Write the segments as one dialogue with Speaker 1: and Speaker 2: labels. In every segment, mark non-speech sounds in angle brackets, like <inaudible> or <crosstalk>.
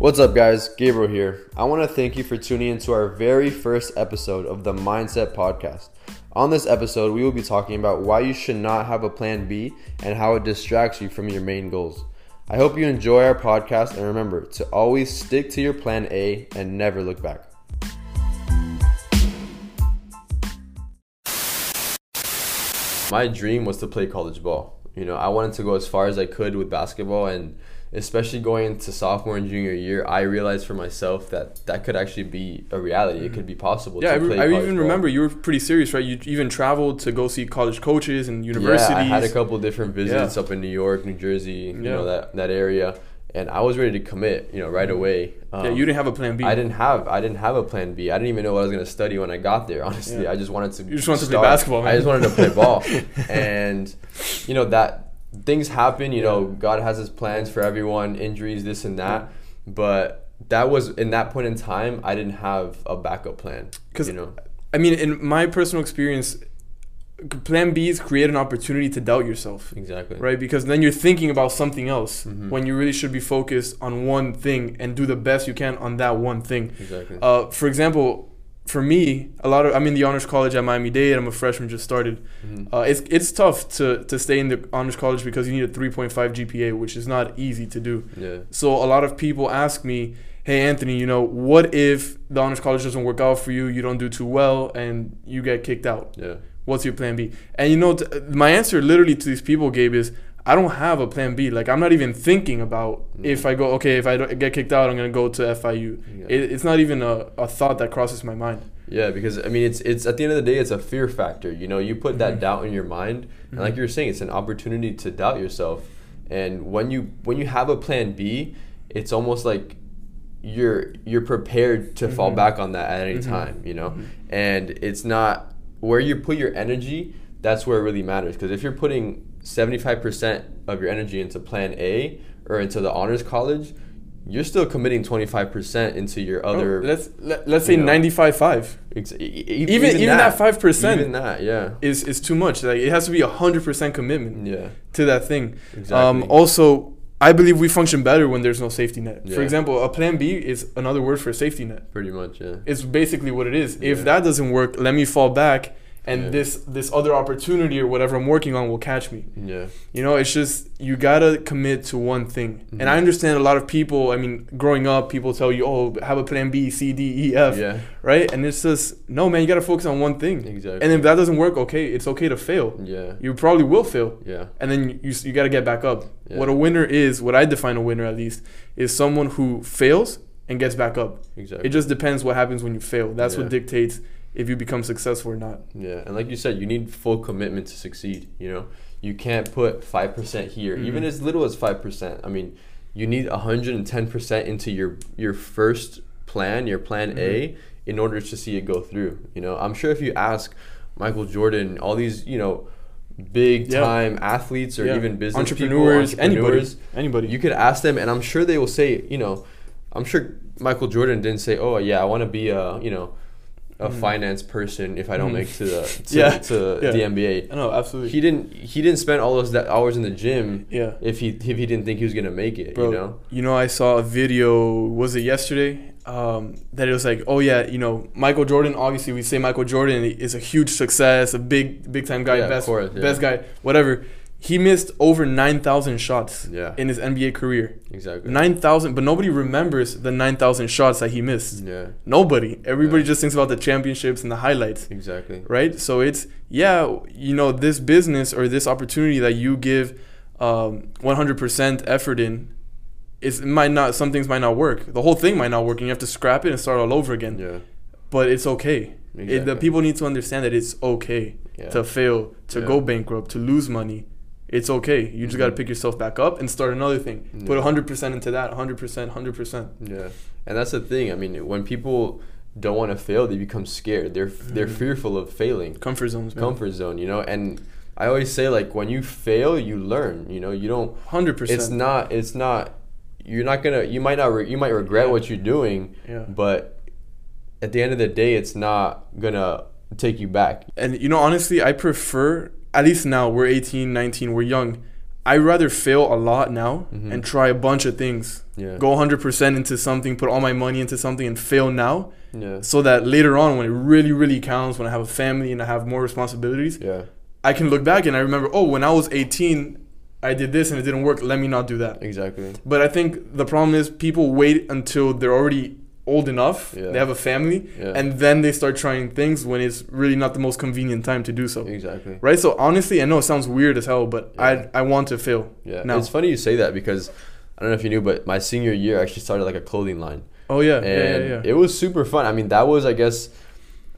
Speaker 1: What's up, guys? Gabriel here. I want to thank you for tuning in to our very first episode of the Mindset Podcast. On this episode, we will be talking about why you should not have a plan B and how it distracts you from your main goals. I hope you enjoy our podcast and remember to always stick to your plan A and never look back. My dream was to play college ball. You know, I wanted to go as far as I could with basketball and especially going into sophomore and junior year, I realized for myself that that could actually be a reality. It could be possible.
Speaker 2: Yeah, I,
Speaker 1: to
Speaker 2: re-
Speaker 1: play
Speaker 2: I
Speaker 1: college
Speaker 2: even
Speaker 1: ball.
Speaker 2: remember you were pretty serious, right? You even traveled to go see college coaches and universities.
Speaker 1: Yeah, I had a couple different visits
Speaker 2: Yeah.
Speaker 1: up in New York, New Jersey, you
Speaker 2: Yeah. Mm-hmm.
Speaker 1: know that that area, and I was ready to commit, you know, right away. Um,
Speaker 2: Yeah, you didn't have a plan B.
Speaker 1: I didn't have I didn't have a plan B. I didn't even know what I was gonna study when I got there. <laughs> Honestly,
Speaker 2: Yeah.
Speaker 1: I just wanted to.
Speaker 2: You just wanted to play basketball,
Speaker 1: I
Speaker 2: man.
Speaker 1: just wanted to play ball,
Speaker 2: <laughs>
Speaker 1: and you know that things happen. You know, God has His plans for everyone, injuries, this and that. But that was in that point in time, I didn't have a backup plan.
Speaker 2: 'Cause
Speaker 1: you know,
Speaker 2: I mean, in my personal experience, c- plan Bs create an opportunity to doubt yourself,
Speaker 1: exactly.
Speaker 2: right? Because then you're thinking about something else
Speaker 1: Mm-hmm.
Speaker 2: when you really should be focused on one thing and do the best you can on that one thing.
Speaker 1: Exactly.
Speaker 2: Uh, for example, for me, a lot of I'm in the honors college at Miami Dade. I'm a freshman, just started.
Speaker 1: Mm-hmm.
Speaker 2: Uh, it's it's tough to to stay in the honors college because you need a 3.5 GPA, which is not easy to do.
Speaker 1: yeah.
Speaker 2: So a lot of people ask me, "Hey Anthony, you know, what if the honors college doesn't work out for you? You don't do too well, and you get kicked out.
Speaker 1: Yeah.
Speaker 2: What's your plan B?" And you know, t- my answer literally to these people, Gabe, is I don't have a plan B. Like I'm not even thinking about if I go. Okay, if I don't get kicked out, I'm gonna go to FIU.
Speaker 1: Mm. Yeah.
Speaker 2: It, it's not even a, a thought that crosses my mind.
Speaker 1: Yeah, because I mean, it's it's at the end of the day, it's a fear factor. You know, you put
Speaker 2: Mm-hmm.
Speaker 1: that doubt in your mind, and like you were saying, it's an opportunity to doubt yourself. And when you when you have a plan B, it's almost like you're you're prepared to
Speaker 2: Mm-hmm.
Speaker 1: fall back on that at any time. You know, and it's not where you put your energy. That's where it really matters. Because if you're putting seventy five percent of your energy into Plan A or into the honors college, you're still committing twenty five percent into your
Speaker 2: Oh,
Speaker 1: other.
Speaker 2: let's let, let's say
Speaker 1: you know.
Speaker 2: 95 5
Speaker 1: Ex- e- e-
Speaker 2: Even- even that 5%.
Speaker 1: Even that, yeah,
Speaker 2: is is too much. Like it has to be a hundred percent commitment.
Speaker 1: yeah,
Speaker 2: to that thing.
Speaker 1: Exactly.
Speaker 2: Um, also, I believe we function better when there's no safety net.
Speaker 1: Yeah.
Speaker 2: For example, a plan B is another word for safety net.
Speaker 1: pretty much, yeah.
Speaker 2: It's basically what it is.
Speaker 1: Yeah.
Speaker 2: If that doesn't work, let me fall back and
Speaker 1: Yeah.
Speaker 2: this this other opportunity or whatever I'm working on will catch me.
Speaker 1: yeah,
Speaker 2: You know, it's just you gotta commit to one thing.
Speaker 1: Mhm.
Speaker 2: And I understand a lot of people, I mean, growing up, people tell you, Oh, have a plan B, C, D, E, F
Speaker 1: yeah,
Speaker 2: right? And it's just no man, you gotta focus on one thing.
Speaker 1: exactly.
Speaker 2: And if that doesn't work, okay, it's okay to fail.
Speaker 1: yeah,
Speaker 2: You probably will fail
Speaker 1: yeah,
Speaker 2: and then you- you s- you got to get back up.
Speaker 1: Yeah.
Speaker 2: What a winner is, what I define a winner at least, is someone who fails and gets back up.
Speaker 1: exactly.
Speaker 2: It just depends what happens when you fail. That's
Speaker 1: Yeah.
Speaker 2: what dictates if you become successful or not.
Speaker 1: yeah, and like you said, you need full commitment to succeed. You know, you can't put five percent here, even
Speaker 2: Mhm.
Speaker 1: as little as five percent. I mean, you need hundred and ten percent into your your first plan, your plan A,
Speaker 2: Mm-hmm.
Speaker 1: in order to see it go through. You know, I'm sure if you ask Michael Jordan, all these, you know. Big
Speaker 2: Yeah.
Speaker 1: time athletes or
Speaker 2: Yeah.
Speaker 1: even business
Speaker 2: entrepreneurs,
Speaker 1: people, entrepreneurs,
Speaker 2: anybody, anybody.
Speaker 1: You could ask them, and I'm sure they will say, you know, I'm sure Michael Jordan didn't say, oh yeah, I want to be a, you know, a finance person if I don't
Speaker 2: Mhm.
Speaker 1: make to the
Speaker 2: <laughs>
Speaker 1: to,
Speaker 2: Hmm. Yeah.
Speaker 1: to
Speaker 2: Yeah.
Speaker 1: the NBA.
Speaker 2: no, absolutely.
Speaker 1: He didn't he didn't spend all those that hours in the gym
Speaker 2: yeah,
Speaker 1: if he if he didn't think he was gonna make it.
Speaker 2: bro.
Speaker 1: You know,
Speaker 2: I saw a video. Was it yesterday? Um, that it was like, oh yeah, you know, Michael Jordan. Obviously, we say Michael Jordan is a huge success, a big, big time guy,
Speaker 1: Yeah, of
Speaker 2: best,
Speaker 1: course, yeah.
Speaker 2: best guy, whatever. He missed over nine thousand shots.
Speaker 1: yeah,
Speaker 2: in his NBA career.
Speaker 1: exactly.
Speaker 2: 9,000, but nobody remembers the 9,000 shots that he missed.
Speaker 1: Yeah,
Speaker 2: Nobody. Everybody
Speaker 1: Yeah.
Speaker 2: just thinks about the championships and the highlights,
Speaker 1: exactly.
Speaker 2: right? So it's, yeah, you know, this business or this opportunity that you give um, 100% effort in, it's, it might not, some things might not work. The whole thing might not work and you have to scrap it and start all over again.
Speaker 1: Yeah,
Speaker 2: But it's okay. It, the
Speaker 1: Exactly.
Speaker 2: people need to understand that it's okay
Speaker 1: yeah,
Speaker 2: to fail, to
Speaker 1: Yeah.
Speaker 2: go bankrupt, to lose money. It's okay. You just got to
Speaker 1: Mhm.
Speaker 2: pick yourself back up and start another thing. Put
Speaker 1: Yeah.
Speaker 2: 100% into that, 100%, 100%.
Speaker 1: yeah. And that's the thing. I mean, when people don't want to fail, they become scared. They're
Speaker 2: Hmm.
Speaker 1: they're fearful of failing.
Speaker 2: Comfort zones, man.
Speaker 1: comfort zone, you know? And I always say like when you fail, you learn, you know? You don't
Speaker 2: 100%.
Speaker 1: it's not it's not you're not going to you might not re- you might regret
Speaker 2: Yeah.
Speaker 1: what you're doing,
Speaker 2: yeah.
Speaker 1: but at the end of the day it's not going to take you back.
Speaker 2: And you know, honestly, I prefer, at least now, we're 18, 19, we're young. I rather fail a lot now
Speaker 1: Mhm.
Speaker 2: and try a bunch of things.
Speaker 1: Yeah.
Speaker 2: Go 100% into something, put all my money into something and fail now
Speaker 1: Yeah.
Speaker 2: so that later on when it really really counts, when I have a family and I have more responsibilities,
Speaker 1: Yeah.
Speaker 2: I can look back and I remember, "Oh, when I was 18, I did this and it didn't work. Let me not do that."
Speaker 1: Exactly.
Speaker 2: But I think the problem is people wait until they're already old enough,
Speaker 1: Yeah.
Speaker 2: they have a family,
Speaker 1: Yeah.
Speaker 2: and then they start trying things when it's really not the most convenient time to do so.
Speaker 1: Exactly.
Speaker 2: Right? So honestly, I know it sounds weird as hell, but
Speaker 1: Yeah.
Speaker 2: I I want to fail.
Speaker 1: Yeah.
Speaker 2: No.
Speaker 1: It's funny you say that because I don't know if you knew, but my senior year I actually started like a clothing line.
Speaker 2: Oh yeah, yeah,
Speaker 1: and
Speaker 2: yeah, yeah.
Speaker 1: it was super fun. I mean, that was, I guess,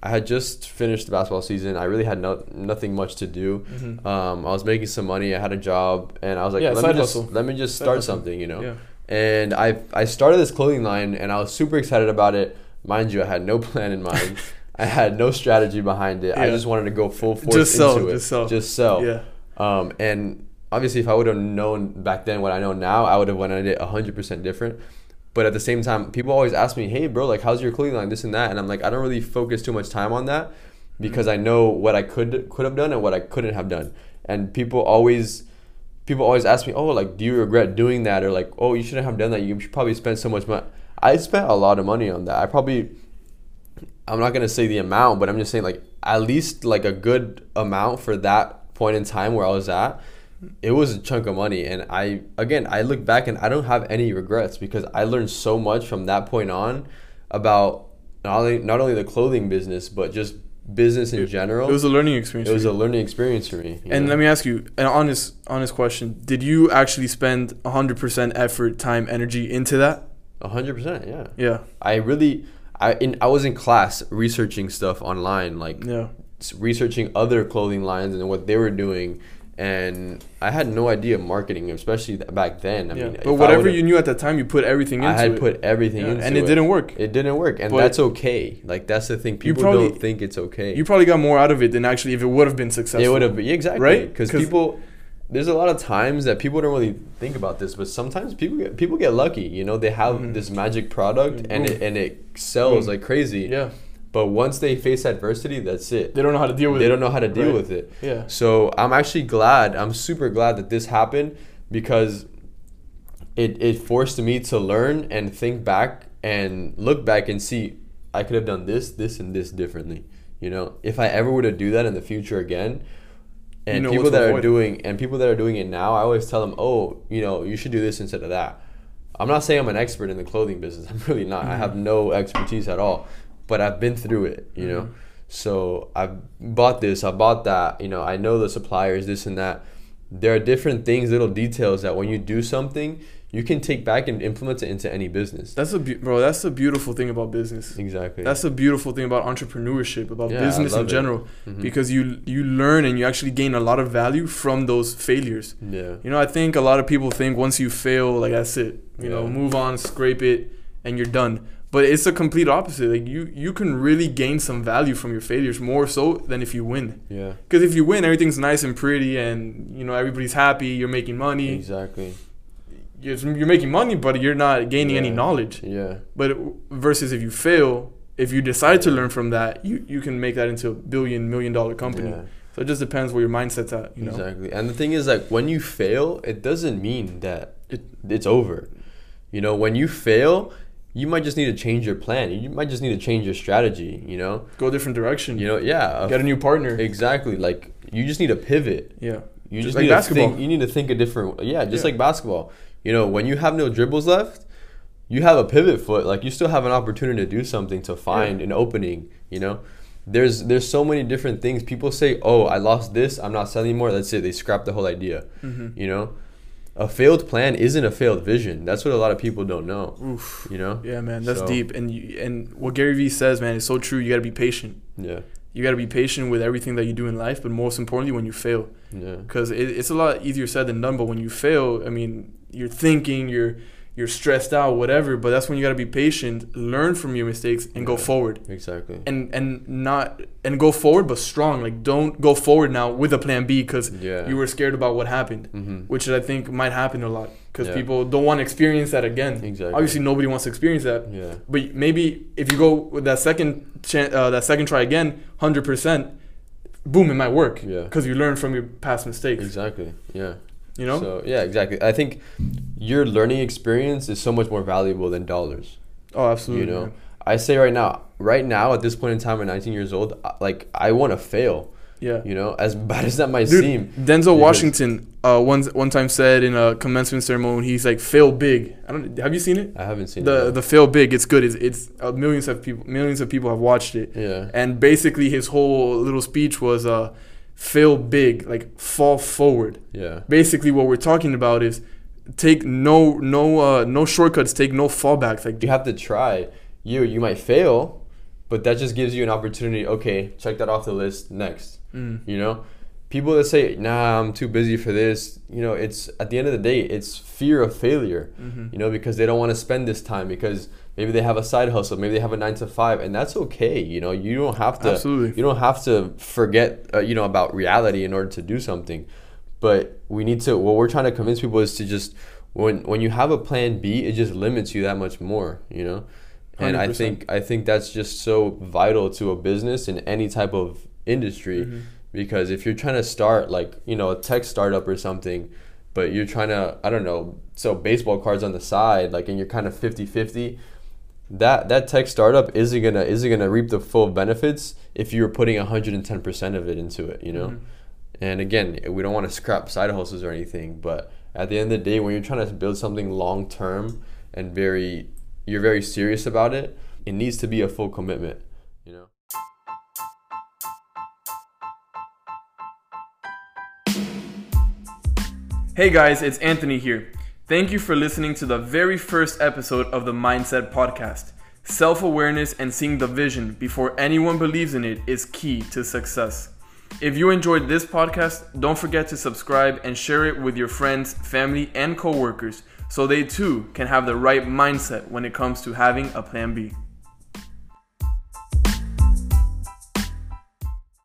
Speaker 1: I had just finished the basketball season. I really had no, nothing much to do.
Speaker 2: Mhm.
Speaker 1: Um, I was making some money. I had a job, and I was like,
Speaker 2: Yeah,
Speaker 1: let me
Speaker 2: side
Speaker 1: just
Speaker 2: hustle.
Speaker 1: let me just
Speaker 2: Side
Speaker 1: start
Speaker 2: hustle.
Speaker 1: something, you know.
Speaker 2: Yeah.
Speaker 1: And I I started this clothing line, and I was super excited about it. Mind you, I had no <laughs> plan in
Speaker 2: <laughs>
Speaker 1: mind. I had no strategy behind it. I
Speaker 2: Yeah.
Speaker 1: just wanted to go full force
Speaker 2: Just sell,
Speaker 1: into it.
Speaker 2: just sell.
Speaker 1: Just sell.
Speaker 2: Yeah.
Speaker 1: Um, and obviously, if I would have known back then what I know now, I would have wanted it 100% different. But at the same time, people always ask me, hey, bro, like, how's your clothing line? This and that. And I'm like, I don't really focus too much time on that because I know what I could could have done and what I couldn't have done. And people always people always ask me, oh, like, do you regret doing that? Or like, oh, you shouldn't have done that. You should probably spend so much money. I spent a lot of money on that. I probably I'm not gonna say the amount, but I'm just saying like at least like a good amount for that point in time where I was at. It was a chunk of money, and I again I look back and I don't have any regrets because I learned so much from that point on about not only not only the clothing business but just business in general.
Speaker 2: It was a learning experience. for
Speaker 1: a learning experience for me. you
Speaker 2: And
Speaker 1: know?
Speaker 2: let me ask you an honest, honest question: Did you actually spend 100% effort, time, energy into that?
Speaker 1: a hundred percent, yeah.
Speaker 2: Yeah,
Speaker 1: I really I in I was in class researching stuff online like
Speaker 2: yeah.
Speaker 1: s- researching other clothing lines and what they were doing and i had no idea marketing especially th- back then i
Speaker 2: yeah.
Speaker 1: mean if I
Speaker 2: but whatever
Speaker 1: would've-
Speaker 2: you knew at that time, you put everything into
Speaker 1: i had
Speaker 2: it.
Speaker 1: put everything
Speaker 2: Yeah,
Speaker 1: into
Speaker 2: and it, didn't work.
Speaker 1: it didn't work and
Speaker 2: But-
Speaker 1: that's okay like that's the thing people
Speaker 2: probably-
Speaker 1: don't think it's okay
Speaker 2: You probably got more out of it than actually if it would have been successful.
Speaker 1: It would have been yeah, exactly
Speaker 2: Right?
Speaker 1: because
Speaker 2: 'Cause-
Speaker 1: people. There's a lot of times that people don't really think about this, but sometimes people get, people get lucky. You know, they have
Speaker 2: Mhm.
Speaker 1: this magic product and
Speaker 2: Boom.
Speaker 1: it and it sells
Speaker 2: Boom.
Speaker 1: like crazy.
Speaker 2: Mm-hmm. Yeah,
Speaker 1: But once they face adversity, that's it.
Speaker 2: they don't know how to deal with
Speaker 1: They
Speaker 2: it.
Speaker 1: don't know how to deal
Speaker 2: Right.
Speaker 1: with it.
Speaker 2: Yeah.
Speaker 1: So I'm actually glad. I'm super glad that this happened because it it forced me to learn and think back and look back and see I could have done this, this, and this differently. You know, if I ever were to do that in the future again, and
Speaker 2: know what
Speaker 1: people
Speaker 2: to
Speaker 1: that are
Speaker 2: avoid.
Speaker 1: doing and people that are doing it now, I always tell them, oh, you know, you should do this instead of that. I'm not saying I'm an expert in the clothing business. <laughs> I'm really not. I have
Speaker 2: Mm-hmm.
Speaker 1: no expertise at all, but I've been through it. You know.
Speaker 2: Mm-hmm.
Speaker 1: So I bought this, I bought that, you know, I know the suppliers, this and that. There are different things, little details that when you do something, you can take back and implement it into any business.
Speaker 2: That's a be- bro. That's the beautiful thing about business.
Speaker 1: Exactly.
Speaker 2: That's the beautiful thing about entrepreneurship, about
Speaker 1: Yeah, I
Speaker 2: business
Speaker 1: love
Speaker 2: in
Speaker 1: it.
Speaker 2: general,
Speaker 1: Mhm.
Speaker 2: because you you learn and you actually gain a lot of value from those failures.
Speaker 1: yeah.
Speaker 2: You know, I think a lot of people think once you fail, like that's it. You know,
Speaker 1: Yeah.
Speaker 2: move on, scrape it, and you're done. But it's the complete opposite. Like you, you can really gain some value from your failures more so than if you win.
Speaker 1: Yeah.
Speaker 2: Because if you win, everything's nice and pretty, and you know everybody's happy. You're making money.
Speaker 1: Exactly.
Speaker 2: You're, you're making money, but you're not gaining any
Speaker 1: Yeah.
Speaker 2: knowledge.
Speaker 1: Yeah.
Speaker 2: But it- versus if you fail, if you decide to learn from that, you you can make that into a billion, million dollar company.
Speaker 1: Yeah.
Speaker 2: So it just depends where your mindset's at. You know.
Speaker 1: Exactly. And the thing is, like, when you fail, it doesn't mean that it, it's over. You know, when you fail, you might just need to change your plan. You might just need to change your strategy, you know?
Speaker 2: Go a different direction.
Speaker 1: You know, yeah. a-
Speaker 2: Get a new partner.
Speaker 1: exactly. Like, you just need to pivot.
Speaker 2: yeah.
Speaker 1: You
Speaker 2: Just
Speaker 1: just
Speaker 2: like
Speaker 1: need
Speaker 2: basketball.
Speaker 1: To think, you need to think a different. Yeah, just
Speaker 2: Yeah.
Speaker 1: like basketball. You know, when you have no dribbles left, you have a pivot foot. Like you still have an opportunity to do something to find an opening. You know, there's there's so many different things. People say, "Oh, I lost this. I'm not selling anymore." That's it. They scrap the whole idea.
Speaker 2: Mm-hmm.
Speaker 1: You know, a failed plan isn't a failed vision. That's what a lot of people don't know.
Speaker 2: Oof.
Speaker 1: You know.
Speaker 2: Yeah, man, that's
Speaker 1: So-
Speaker 2: deep. And you, and what Gary Vee says, man, is so true. You got to be patient.
Speaker 1: Yeah.
Speaker 2: You got to be patient with everything that you do in life, but most importantly, when you fail,
Speaker 1: Yeah.
Speaker 2: because it, it's a lot easier said than done. But when you fail, I mean, you're thinking, you're you're stressed out, whatever. But that's when you got to be patient, learn from your mistakes, and go
Speaker 1: Yeah.
Speaker 2: forward.
Speaker 1: Exactly.
Speaker 2: And and not and go forward, but strong. Like don't go forward now with a plan B because
Speaker 1: Yeah.
Speaker 2: you were scared about what happened,
Speaker 1: Mm-hmm.
Speaker 2: which I think might happen a lot because
Speaker 1: Yeah.
Speaker 2: people don't want to experience that again.
Speaker 1: Exactly.
Speaker 2: Obviously, nobody wants to experience that.
Speaker 1: Yeah.
Speaker 2: But maybe if you go with that second chan uh, that second try again, hundred percent, boom, it might work.
Speaker 1: Yeah.
Speaker 2: Because you learn from your past mistakes.
Speaker 1: Exactly. Yeah.
Speaker 2: You know?
Speaker 1: So yeah, exactly. I think your learning experience is so much more valuable than dollars.
Speaker 2: oh, absolutely.
Speaker 1: you know,
Speaker 2: man.
Speaker 1: I say right now, right now at this point in time, at 19 years old, I- like I want to fail.
Speaker 2: Yeah.
Speaker 1: You know, as <laughs> bad as that might
Speaker 2: Dude,
Speaker 1: seem.
Speaker 2: Denzel
Speaker 1: Because-
Speaker 2: Washington uh, one one time said in a commencement ceremony, he's like, "Fail big." I don't. Have you seen it?
Speaker 1: I haven't seen
Speaker 2: The
Speaker 1: it.
Speaker 2: the fail big. It's good. It's, it's uh, millions of people. Millions of people have watched it.
Speaker 1: yeah.
Speaker 2: And basically, his whole little speech was, uh, "Fail big, like fall forward."
Speaker 1: Yeah.
Speaker 2: Basically, what we're talking about is take no no uh, no shortcuts. Take no fallbacks. Like
Speaker 1: You have to try. You you might fail, but that just gives you an opportunity. Okay, check that off the list. Next.
Speaker 2: Mm.
Speaker 1: You know, people that say, "Nah, I'm too busy for this." You know, it's at the end of the day, it's fear of failure.
Speaker 2: Mm-hmm.
Speaker 1: You know, because they don't want to spend this time because maybe they have a side hustle, maybe they have a nine to five, and that's okay. You know, you don't have to.
Speaker 2: Absolutely.
Speaker 1: You don't have to forget, uh, you know, about reality in order to do something. But we need to. What we're trying to convince people is to just when when you have a plan B, it just limits you that much more. You know, and I
Speaker 2: 100%.
Speaker 1: think I think that's just so vital to a business in any type of industry, because if you're trying to start like you know a tech startup or something, but you're trying to I don't know sell baseball cards on the side, like and you're kind of 50-50, that that tech startup isn't gonna isn't gonna reap the full benefits if you're putting 110% of it into it you know and again we don't want to scrap side hustles or anything but at the end of the day when you're trying to build something long term and very you're very serious about it it needs to be a full commitment you know
Speaker 2: Hey guys, it's Anthony here. Thank you for listening to the very first episode of the Mindset Podcast. Self awareness and seeing the vision before anyone believes in it is key to success. If you enjoyed this podcast, don't forget to subscribe and share it with your friends, family, and coworkers so they too can have the right mindset when it comes to having a plan B.